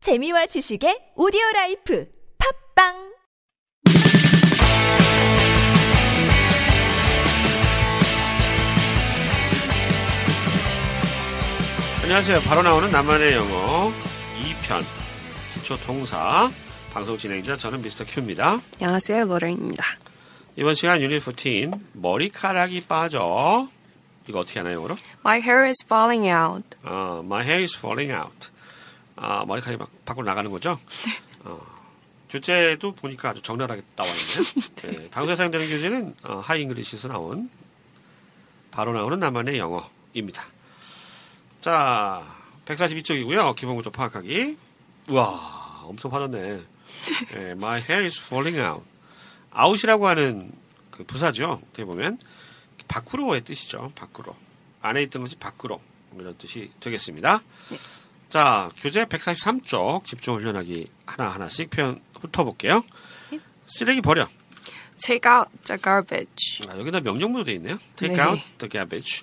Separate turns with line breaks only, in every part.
재미와 지식의 오디오 라이프 팝빵
안녕하세요. 바로 나오는 나만의 영어 2편 기초 동사 방송 진행자 저는 미스터 큐입니다.
안녕하세요, 로렌입니다.
이번 시간 유닛 14 머리카락이 빠져 이거 어떻게 하나요, 영어로?
My hair is falling out.
아, my hair is falling out. 아, 머리카락이 막 밖으로 나가는 거죠? 어, 교재도 보니까 아주 적나라하게 나와 있네요. 네, 방송에 사용되는 교재는 어, 하이 잉글리시에서 나온 바로 나오는 나만의 영어입니다. 자, 142쪽이고요. 기본구조 파악하기. 우와, 엄청 화졌네. 예, my hair is falling out. out이라고 하는 그 부사죠. 어떻게 보면 밖으로의 뜻이죠. 밖으로. 안에 있던 것이 밖으로. 이런 뜻이 되겠습니다. 자, 교재 143쪽 집중 훈련하기 하나하나씩 표현 훑어볼게요. 쓰레기 버려.
Take out the garbage.
아, 여기다 명령문도 돼 있네요. Take
네.
out the garbage.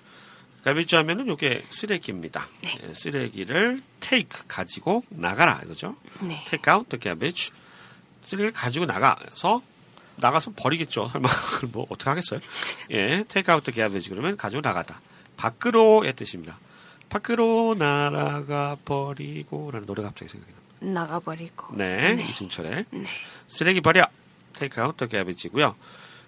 garbage 하면은 이게 쓰레기입니다. 예, 쓰레기를 take 가지고 나가라 이거죠.
네.
Take out the garbage. 쓰레기를 가지고 나가서 나가서 버리겠죠. 설마 그걸 뭐 어떻게 하겠어요? 예, take out the garbage 그러면 가지고 나가다. 밖으로의 뜻입니다. 밖으로 날아가 버리고라는 노래가 갑자기 생각이 납니다.
나가버리고.
네, 이승철의 쓰레기 버려 테이크 아웃 더 갸비지고요.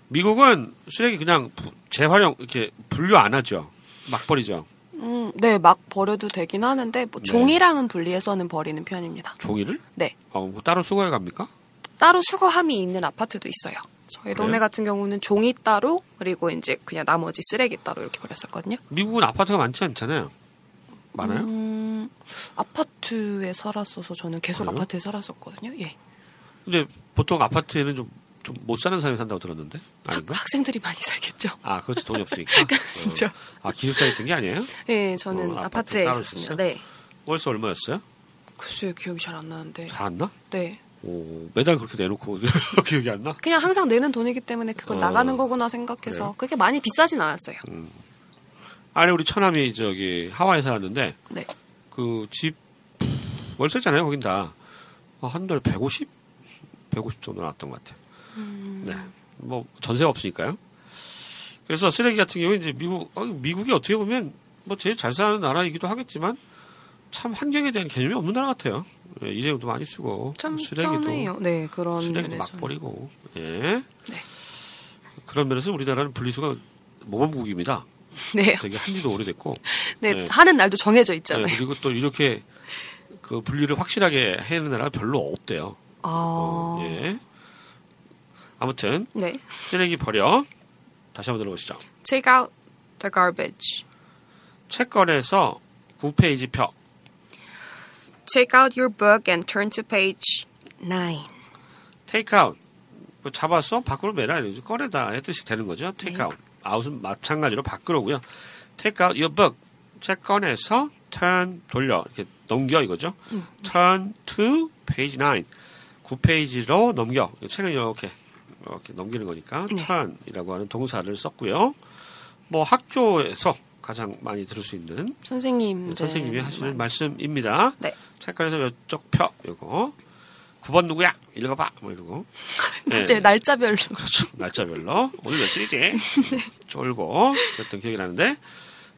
미국은 쓰레기 그냥 부- 재활용 이렇게 분류 안 하죠. 막 버리죠.
음, 네, 막 버려도 되긴 하는데 뭐
네.
종이랑은 분리해서는 버리는 편입니다.
종이를
네,
어, 뭐 따로 수거해 갑니까?
따로 수거함이 있는 아파트도 있어요. 저희 동네
그래요?
같은 경우는 종이 따로 그리고 이제 그냥 나머지 쓰레기 따로 이렇게 버렸었거든요.
미국은 아파트가 많지 않잖아요. 많아요?
음, 아파트에 살았어서 저는 계속
그래요?
아파트에 살았었거든요. 예,
근데 보통 아파트에는 좀 좀 못 사는 사람이 산다고 들었는데 아닌가?
학생들이 많이 살겠죠.
아 그렇지 돈이 없으니까.
그렇죠.
어. 아 기숙사에 있던 게 아니에요?
예, 저는
어, 아파트
아파트에
따로
있었습니다.
있었어요?
네,
월세 얼마였어요?
글쎄요, 기억이 잘 안 나는데.
잘 안 나?
네,
오 매달 그렇게 내놓고 기억이 안 나?
그냥 항상 내는 돈이기 때문에 그건
어, 음.
나가는 거구나 생각해서 그게 많이 비싸진 않았어요.
아니 우리 처남이 저기 하와이 살았는데
네.
그 집 월세잖아요, 거긴 다. 어, 한 달에 150? 150 정도 나왔던 것 같아요.
음.
네. 뭐, 전세가 없으니까요. 그래서 쓰레기 같은 경우에 이제 미국, 어, 미국이 어떻게 보면 뭐 제일 잘 사는 나라이기도 하겠지만 참 환경에 대한 개념이 없는 나라 같아요. 예, 일회용도 많이 뭐 쓰고.
참
쓰레기도.
편해요. 네, 그런
쓰레기도 막
면에서는.
버리고. 예.
네.
그런 면에서 우리나라는 분리수가 모범국입니다.
네.
되게 한지도 오래됐고.
네.
네.
하는 날도 정해져 있잖아요.
네, 그리고 또 이렇게 그 분리를 확실하게 해는 나라가 별로 없대요.
아.
예. 아무튼
네.
쓰레기 버려. 다시 한번 들어보시죠.
Take out the garbage.
책거래에서 9페이지 펴.
Take out your book and turn to page 9.
테이크아웃. 그거 잡아서 밖으로 매라. 이러죠. 꺼내다의 뜻이 되는 거죠.
네.
테이크아웃. 아웃은 마찬가지로 밖으로고요. 테이크아웃 your book. 책 꺼내서 turn 돌려. 이렇게 넘겨 이거죠.
음.
turn to page 9. 9페이지로 넘겨. 책을 이렇게 이렇게 넘기는 거니까
네.
turn이라고 하는 동사를 썼고요. 뭐 학교에서 가장 많이 들을 수 있는
선생님. 네.
선생님이 하시는 말씀입니다.
네.
책관에서 몇쪽 펴. 이거. 9번 누구야? 읽어봐. 뭐 이러고.
이제
네.
날짜별로.
날짜별로. 오늘 며칠이지? 쫄고. 그랬던 기억이 나는데.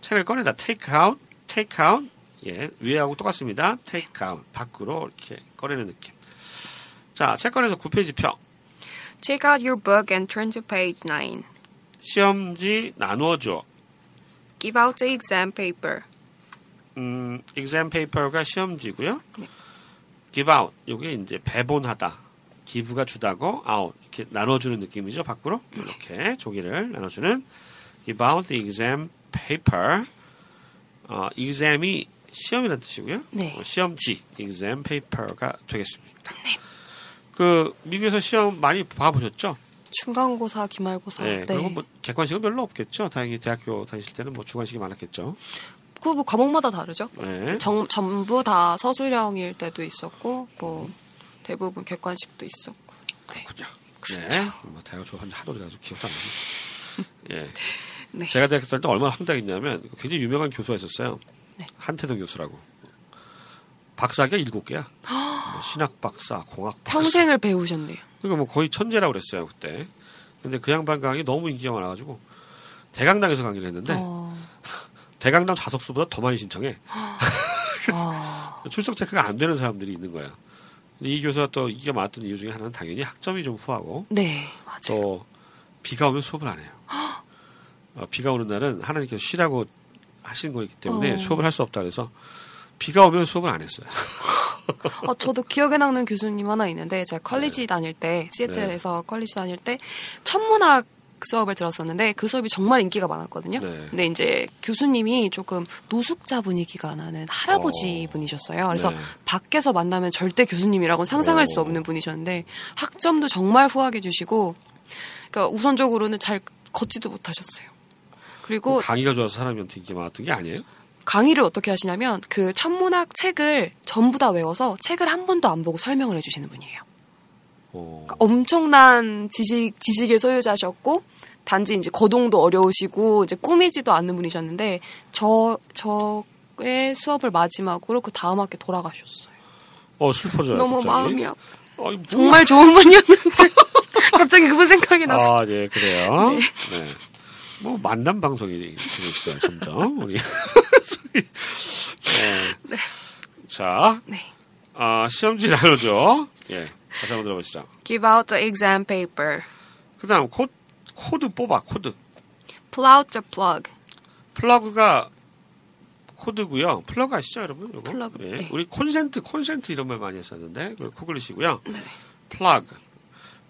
책을 꺼내다. take out, take out. 예. 위에하고 똑같습니다. take out. 밖으로 이렇게 꺼내는 느낌. 자, 책 꺼내서 9페이지 펴.
Take out your book and turn to page 9.
시험지 나누어줘.
Give out the exam paper.
음, exam paper가 시험지고요.
네.
give out 이게 이제 배분하다. 기부가 주다고 out 이렇게 나눠주는 느낌이죠. 밖으로
네.
이렇게 종이를 나눠주는 give out the exam paper. 어, exam이 시험이라는 뜻이고요.
네.
어, 시험지 exam paper가 되겠습니다.
네.
그 미국에서 시험 많이 봐보셨죠?
중간고사, 기말고사.
네.
네.
그리고 뭐 객관식은 별로 없겠죠. 다행히 대학교 다니실 때는 뭐 주관식이 많았겠죠.
그거 뭐 과목마다 다르죠?
네.
정- 전부 다 서술형일 때도 있었고 뭐 대부분 객관식도 있었고
그렇군요.
그렇죠.
네. 뭐 대학 졸업한 지 하도 그래가지고 기억도 안 나네. 예.
네.
제가 대학교 다닐 때 얼마나 황당했냐면 굉장히 유명한 교수가 있었어요.
네.
한태동 교수라고. 박사학위가 일곱 개야. 뭐 신학 박사, 공학 박사.
평생을 배우셨네요.
그러니까 뭐 거의 천재라고 그랬어요 그때. 근데 그 양반 강의 너무 인기가 많아가지고 대강당에서 강의를 했는데
어,
대강당 좌석수보다 더 많이 신청해.
아,
출석 체크가 안 되는 사람들이 있는 거야. 근데 이 교수가 또 이게 많았던 이유 중에 하나는 당연히 학점이 좀 후하고
네, 맞아요.
또 비가 오면 수업을 안 해요. 어, 비가 오는 날은 하나님께서 쉬라고 하신 거기 때문에
어.
수업을 할 수 없다 그래서 비가 오면 수업을 안 했어요.
어, 저도 기억에 남는 교수님 하나 있는데 제가 컬리지
네.
다닐 때 시애틀에서 컬리지 다닐 때 천문학 수업을 들었었는데 그 수업이 정말 인기가 많았거든요.
네.
근데 이제 교수님이 조금 노숙자 분위기가 나는 할아버지
어.
분이셨어요. 그래서
네.
밖에서 만나면 절대 교수님이라고는 상상할 수
어.
없는 분이셨는데 학점도 정말 후하게 주시고 그러니까 우선적으로는 잘 걷지도 못하셨어요. 그리고
강의가 좋아서 사람한테 인기 가 많았던 게 아니에요?
강의를 어떻게 하시냐면 그 천문학 책을 전부 다 외워서 책을 한 번도 안 보고 설명을 해주시는 분이에요.
어,
그러니까 엄청난 지식 지식의 소유자셨고 단지 이제 거동도 어려우시고 이제 꾸미지도 않는 분이셨는데 저 저의 수업을 마지막으로 그 다음 학기 돌아가셨어요.
어, 슬퍼져요.
너무
갑자기.
마음이 아파.
어, 이거 뭐야?
정말 좋은 분이었는데 갑자기 그분 생각이 났어.
아, 네, 그래요. 네. 뭐, 만남 방송이 되고 있어요, 점점. 우리. 네. 자,
네.
아, 시험지 나누죠. 예. 다시 한번 들어보시죠.
Give out the exam paper.
그 다음, 코, 코드 뽑아, 코드.
Pull out the plug.
플러그가 코드고요 플러그 아시죠, 여러분? 요거?
플러그,
예.
네.
우리 콘센트, 콘센트 이런 말 많이 했었는데, 그 코글리시고요
네.
플러그.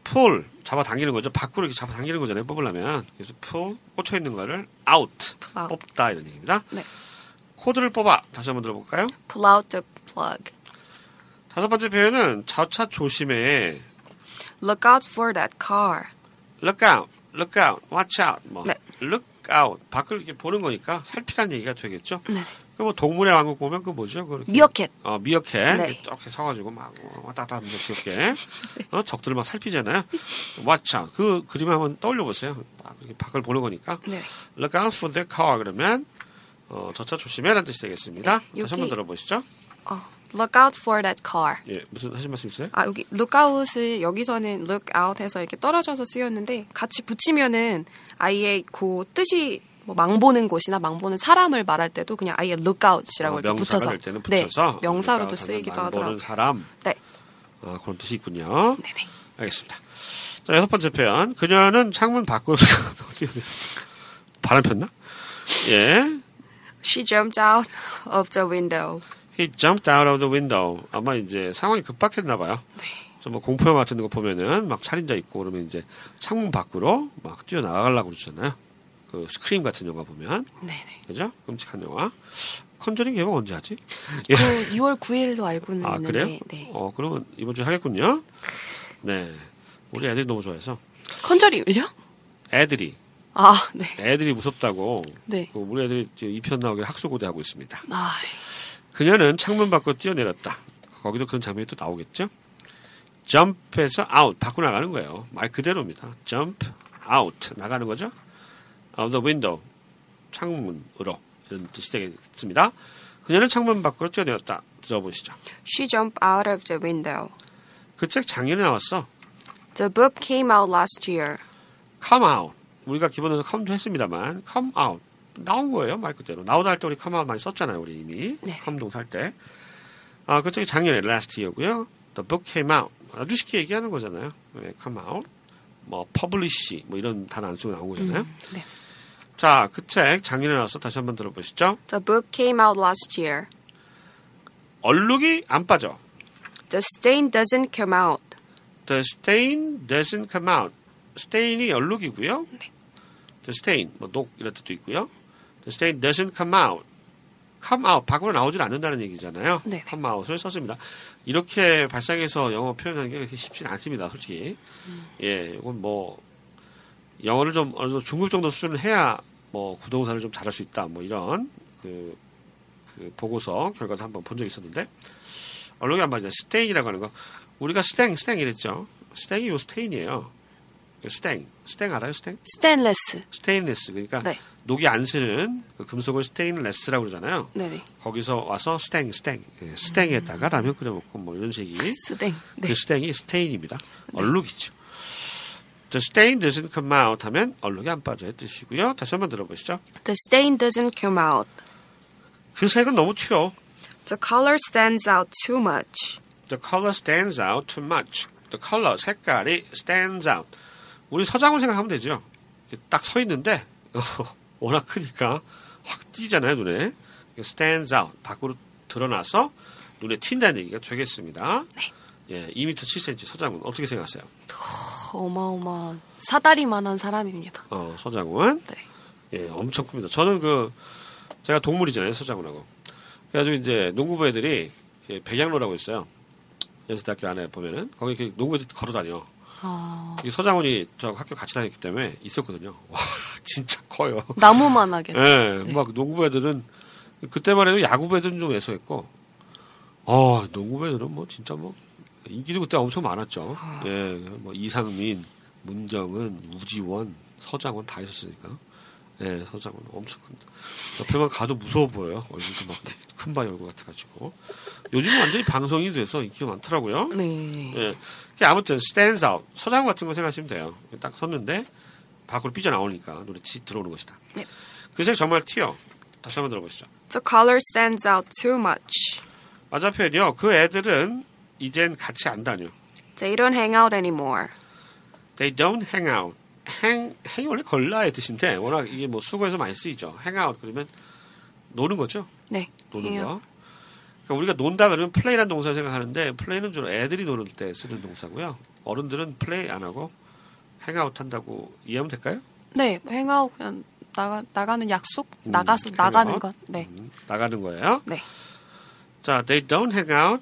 풀, 잡아당기는 거죠. 밖으로 이렇게 잡아당기는 거잖아요, 뽑으려면. 그래서 풀, 꽂혀있는 거를 out.
Pull out.
뽑다 이런 얘기입니다.
네.
코드를 뽑아 다시 한번 들어볼까요?
Pull out the plug.
다섯 번째 표현은 자차 조심해.
Look out for that car.
Look out, look out, watch out. 뭐
네.
look out 밖을 이렇게 보는 거니까 살피란 얘기가 되겠죠.
네.
그뭐 동물의 왕국 보면 그 뭐죠? 그
미어캣.
어, 미어캣
네.
이렇게 이렇게 서가지고 막 왔다 갔다 하면서 귀엽게 어, 적들을 막 살피잖아요. watch out 그 그림 한번 떠올려 보세요. 막 이렇게 밖을 보는 거니까
네.
look out for the car 그러면 어, 저차 조심해라는 뜻이 되겠습니다.
네,
다시 한번
여기-
들어보시죠.
어, Look out for that car.
예, 무슨 하신 말씀 있어요?
아 여기 lookout을 여기서는 look out 해서 이렇게 떨어져서 쓰였는데 같이 붙이면은 아예 그 뜻이 뭐 망보는 곳이나 망보는 사람을 말할 때도 그냥 아예 lookout이라고
어,
이렇게
명사가
붙여서
될 때는 붙여서
네, 명사로도
그러니까
쓰이기도
안 보는
하더라고요.
사람
네,
어, 그런 뜻이 있군요.
네, 네.
알겠습니다. 자 여섯 번째 표현. 그녀는 창문 밖으로 어떻게 돼요? 바람 폈나? 예.
She jumped out of the window.
He jumped out of the window. 아마 이제 상황이 급박했나 봐요.
네,
그래서 뭐 공포영 같은 거 보면은 막 살인자 있고 그러면 이제 창문 밖으로 막 뛰어 나가려고 그러잖아요. 그 스크림 같은 영화 보면
네, 네.
그죠? 끔찍한 영화. 컨저링 개봉 언제 하지?
그 6월 9일로 알고는
예. 아
있는데,
그래요?
네.
어 그러면 이번 주에 하겠군요. 네, 우리 애들이 너무 좋아해서
컨저링을요?
애들이
아, 네,
애들이 무섭다고
네.
그 우리 애들이 이제 2편 나오길 학수고대하고 있습니다.
아,
그녀는 창문 밖으로 뛰어내렸다. 거기도 그런 장면이 또 나오겠죠? 점프해서 아웃 밖으로 나가는 거예요. 말 그대로입니다. 점프 아웃 나가는 거죠? Out the window 창문으로 이런 뜻이 되겠습니다. 그녀는 창문 밖으로 뛰어내렸다. 들어보시죠.
she jumped out of the window.
그 책 작년에 나왔어.
The book came out last year.
come out. 우리가 기본으로 come도 했습니다만 come out 나온 거예요 말 그대로 나오다 할 때 우리 come out 많이 썼잖아요 우리 이미
네.
컴 동사 할때 아, 그쪽이 작년에 last year고요 the book came out 아주 쉽게 얘기하는 거잖아요 네, come out 뭐 publish 뭐 이런 단어 안 쓰고 나온 거잖아요
네.
자 그 책 작년에 나와서 다시 한번 들어보시죠
The book came out last year.
얼룩이 안 빠져
The stain doesn't come out.
the stain doesn't come out stain이 얼룩이고요 the stain 뭐녹 이런 뜻도 있고요. The stain doesn't come out. come out 밖으로 나오질 않는다는 얘기잖아요.
네네.
come out을 썼습니다. 이렇게 발상해서 영어 표현하는 게 그렇게 쉽진 않습니다, 솔직히. 예, 이건 뭐 영어를 좀 어느 정도 중급 정도 수준을 해야 뭐 구동사를 좀 잘할 수 있다, 뭐 이런 그, 그 보고서 결과도 한번 본 적이 있었는데 얼룩이 안 맞아요. stain이라고 하는 거 우리가 stain, stain 이랬죠. stain이 요 stain이에요. 스탱. 스탱 알아요? 스탱?
스테인레스.
스테인레스. 그러니까
네.
녹이 안 쓰는 그 금속을 스테인레스라고 그러잖아요.
네네.
거기서 와서 스탱, 스탱. 예, 스탱에다가 라면 끓여 먹고 뭐 이런 식이.
스댕. 네.
그 스탱이 스테인입니다. 얼룩이죠. The stain doesn't come out 하면 얼룩이 안 빠져요 뜻이고요. 다시 한번 들어보시죠.
The stain doesn't come out.
그 색은 너무 튀어.
The color stands out too much.
The color stands out too much. The color 색깔이 stands out. 우리 서장훈 생각하면 되죠. 딱 서 있는데 워낙 크니까 확 띄잖아요 눈에. stands out 밖으로 드러나서 눈에 튄다는 얘기가 되겠습니다. 예, 2m 7cm 서장훈 어떻게 생각하세요?
어마어마한 사다리만한 사람입니다.
어, 서장훈.
네.
예, 엄청 큽니다. 저는 그 제가 동물이잖아요, 서장훈하고. 그래가지고 이제 농구부 애들이 그 백양로라고 있어요. 연세대학교 안에 보면은 거기 이렇게 농구 애들 걸어 다녀.
아,
이 서장훈이 저 학교 같이 다녔기 때문에 있었거든요. 와, 진짜 커요.
나무만하게.
예,
네.
막 농구 애들은 그때만 해도 야구 애들은 좀 애소했고, 어, 농구 애들은 뭐 진짜 뭐 인기도 그때 엄청 많았죠. 예, 뭐 이상민, 문정은, 우지원, 서장훈 다 있었으니까. 예, 서장훈 엄청 큽니다. 옆에만 가도 무서워 보여요. 얼굴도 막 큰 바위 얼굴 같아가지고. 요즘 완전히 방송이 돼서 인기가 많더라고요.
네.
예. 그게 아무튼 stands out 서장 같은 거 생각하시면 돼요. 딱 섰는데 밖으로 삐져 나오니까 노래 치 들어오는 것이다.
네.
그색 정말 튀어. 다시 한번 들어보시죠.
The color stands out too much.
맞아 표현이요. 그 애들은 이젠 같이 안 다녀.
They don't hang out anymore.
They don't hang out. hang 행이 원래 걸라의 뜻인데 워낙 이게 뭐 수거에서 많이 쓰이죠. hang out 그러면 노는 거죠.
네.
노는
hang out.
거. 그러니까 우리가 논다 그러면 play라는 동사를 생각하는데 play는 주로 애들이 노는 때 쓰는 동사고요. 어른들은 play 안 하고 hang out 한다고 이해하면 될까요?
네, 행아웃 그냥 나가 나가는 약속,
음,
나가서
hang
나가는
out.
것. 네,
음, 나가는 거예요.
네.
자, they don't hang out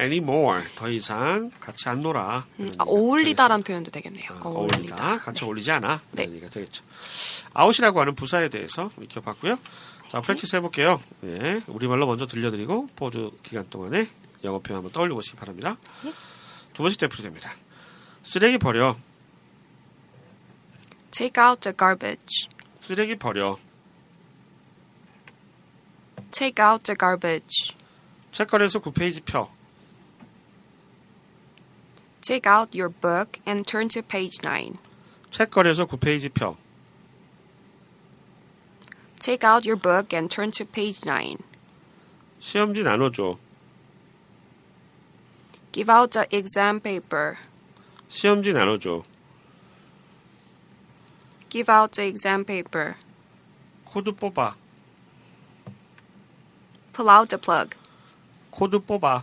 anymore. 더 이상 같이 안 놀아. 이런
음, 아,
얘기가
어울리다란 표현도 되겠네요.
되겠습니다. 아,
어울리다.
어울리다. 같이 어울리지 않아.
네.
이런 얘기가 되겠죠. 아웃이라고 하는 부사에 대해서 익혀봤고요. 자,
네.
프랙티스 해볼게요. 예, 우리말로 먼저 들려드리고 보조 기간 동안에 영어 표현 한번 떠올려 보시기 바랍니다.
네.
두 번씩 대풀이 됩니다. 쓰레기 버려.
Take out the garbage.
쓰레기 버려.
Take out the garbage.
책걸에서 9페이지 펴.
Take out your book and turn to page 9.
책걸에서 9페이지 펴.
Take out your book and turn to page 9.
시험지 나눠줘.
Give out the exam paper.
시험지 나눠줘.
Give out the exam paper.
코드 뽑아.
Pull out the plug.
코드 뽑아.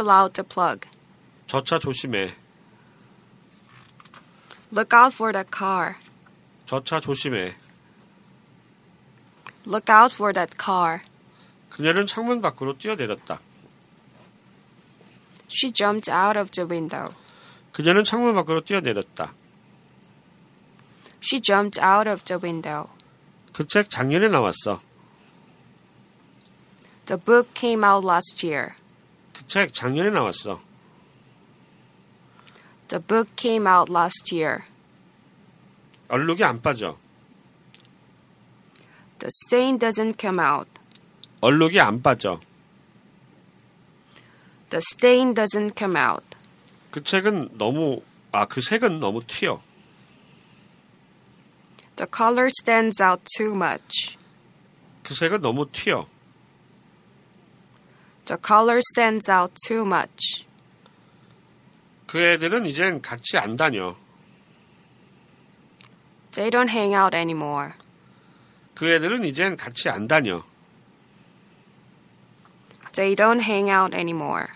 Pull out the plug.
저 차 조심해.
Look out for the car.
저 차 조심해.
Look out for that car.
그녀는 창문 밖으로 뛰어내렸다.
She jumped out of the window.
그녀는 창문 밖으로 뛰어내렸다.
She jumped out of the window.
그 책 작년에 나왔어.
The book came out last year.
그 책 작년에 나왔어.
The book came out last year.
얼룩이 안 빠져.
The stain doesn't come out.
얼룩이 안 빠져.
The stain doesn't come out.
그 책은 너무 아 그 색은 너무 튀어.
The color stands out too much.
그 색은 너무 튀어.
The color stands out too much.
그 애들은 이젠 같이 안 다녀.
They don't hang out anymore.
그 애들은 이젠 같이 안 다녀.
They don't hang out anymore.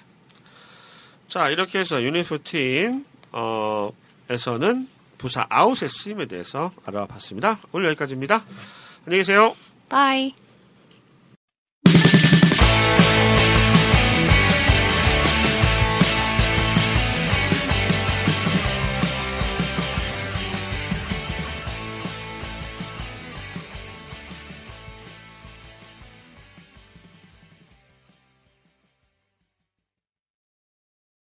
자 이렇게 해서 유닛 14 어, 에서는 부사 아웃의 쓰임에 대해서 알아봤습니다. 오늘 여기까지입니다. 안녕히 계세요.
Bye.